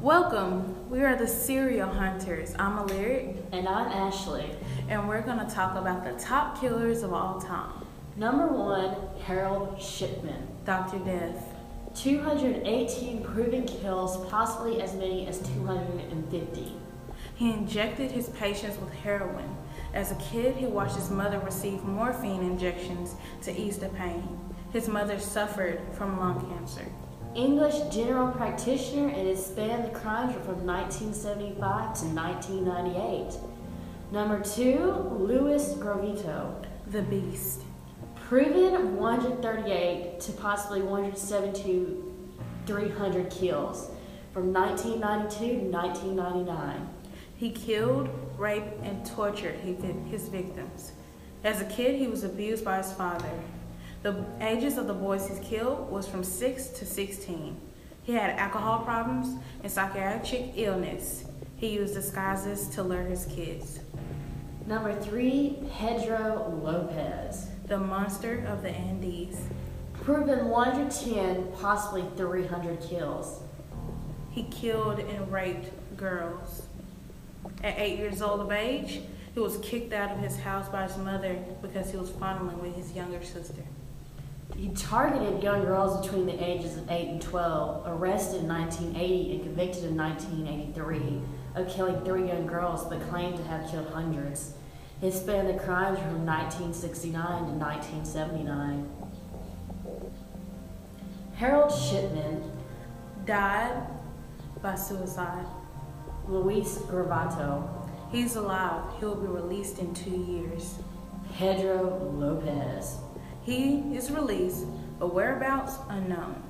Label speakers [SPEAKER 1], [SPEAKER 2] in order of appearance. [SPEAKER 1] Welcome. We are the Serial Hunters. I'm Alaric,
[SPEAKER 2] And I'm Ashley.
[SPEAKER 1] and we're going to talk about the top killers of all time
[SPEAKER 2] Number one, Harold Shipman.
[SPEAKER 1] Dr. Death,
[SPEAKER 2] 218 proven kills, possibly as many as 250.
[SPEAKER 1] He injected his patients with heroin. As a kid, he watched his mother receive morphine injections to ease the pain. His mother suffered from lung cancer.
[SPEAKER 2] English general practitioner and has spanned the crimes from 1975 to 1998. Number two, Louis Grovito.
[SPEAKER 1] The Beast.
[SPEAKER 2] Proven 138 to possibly 172, 300 kills from 1992 to 1999.
[SPEAKER 1] He killed, raped, and tortured he- his victims. As a kid, he was abused by his father. The ages of the boys he killed was from 6 to 16. He had alcohol problems and psychiatric illness. He used disguises to lure his kids.
[SPEAKER 2] Number three, Pedro Lopez.
[SPEAKER 1] The monster of the Andes.
[SPEAKER 2] Proven 110, possibly 300 kills.
[SPEAKER 1] He killed and raped girls. At eight years old of age, he was kicked out of his house by his mother because he was fondling with his younger sister.
[SPEAKER 2] He targeted young girls between the ages of 8 and 12, arrested in 1980 and convicted in 1983 of killing three young girls but claimed to have killed hundreds. He spanned the crimes from 1969 to 1979. Harold Shipman,
[SPEAKER 1] Died by suicide.
[SPEAKER 2] Luis Gravato,
[SPEAKER 1] He's alive. He will be released in two years.
[SPEAKER 2] Pedro Lopez.
[SPEAKER 1] He is released, but whereabouts unknown.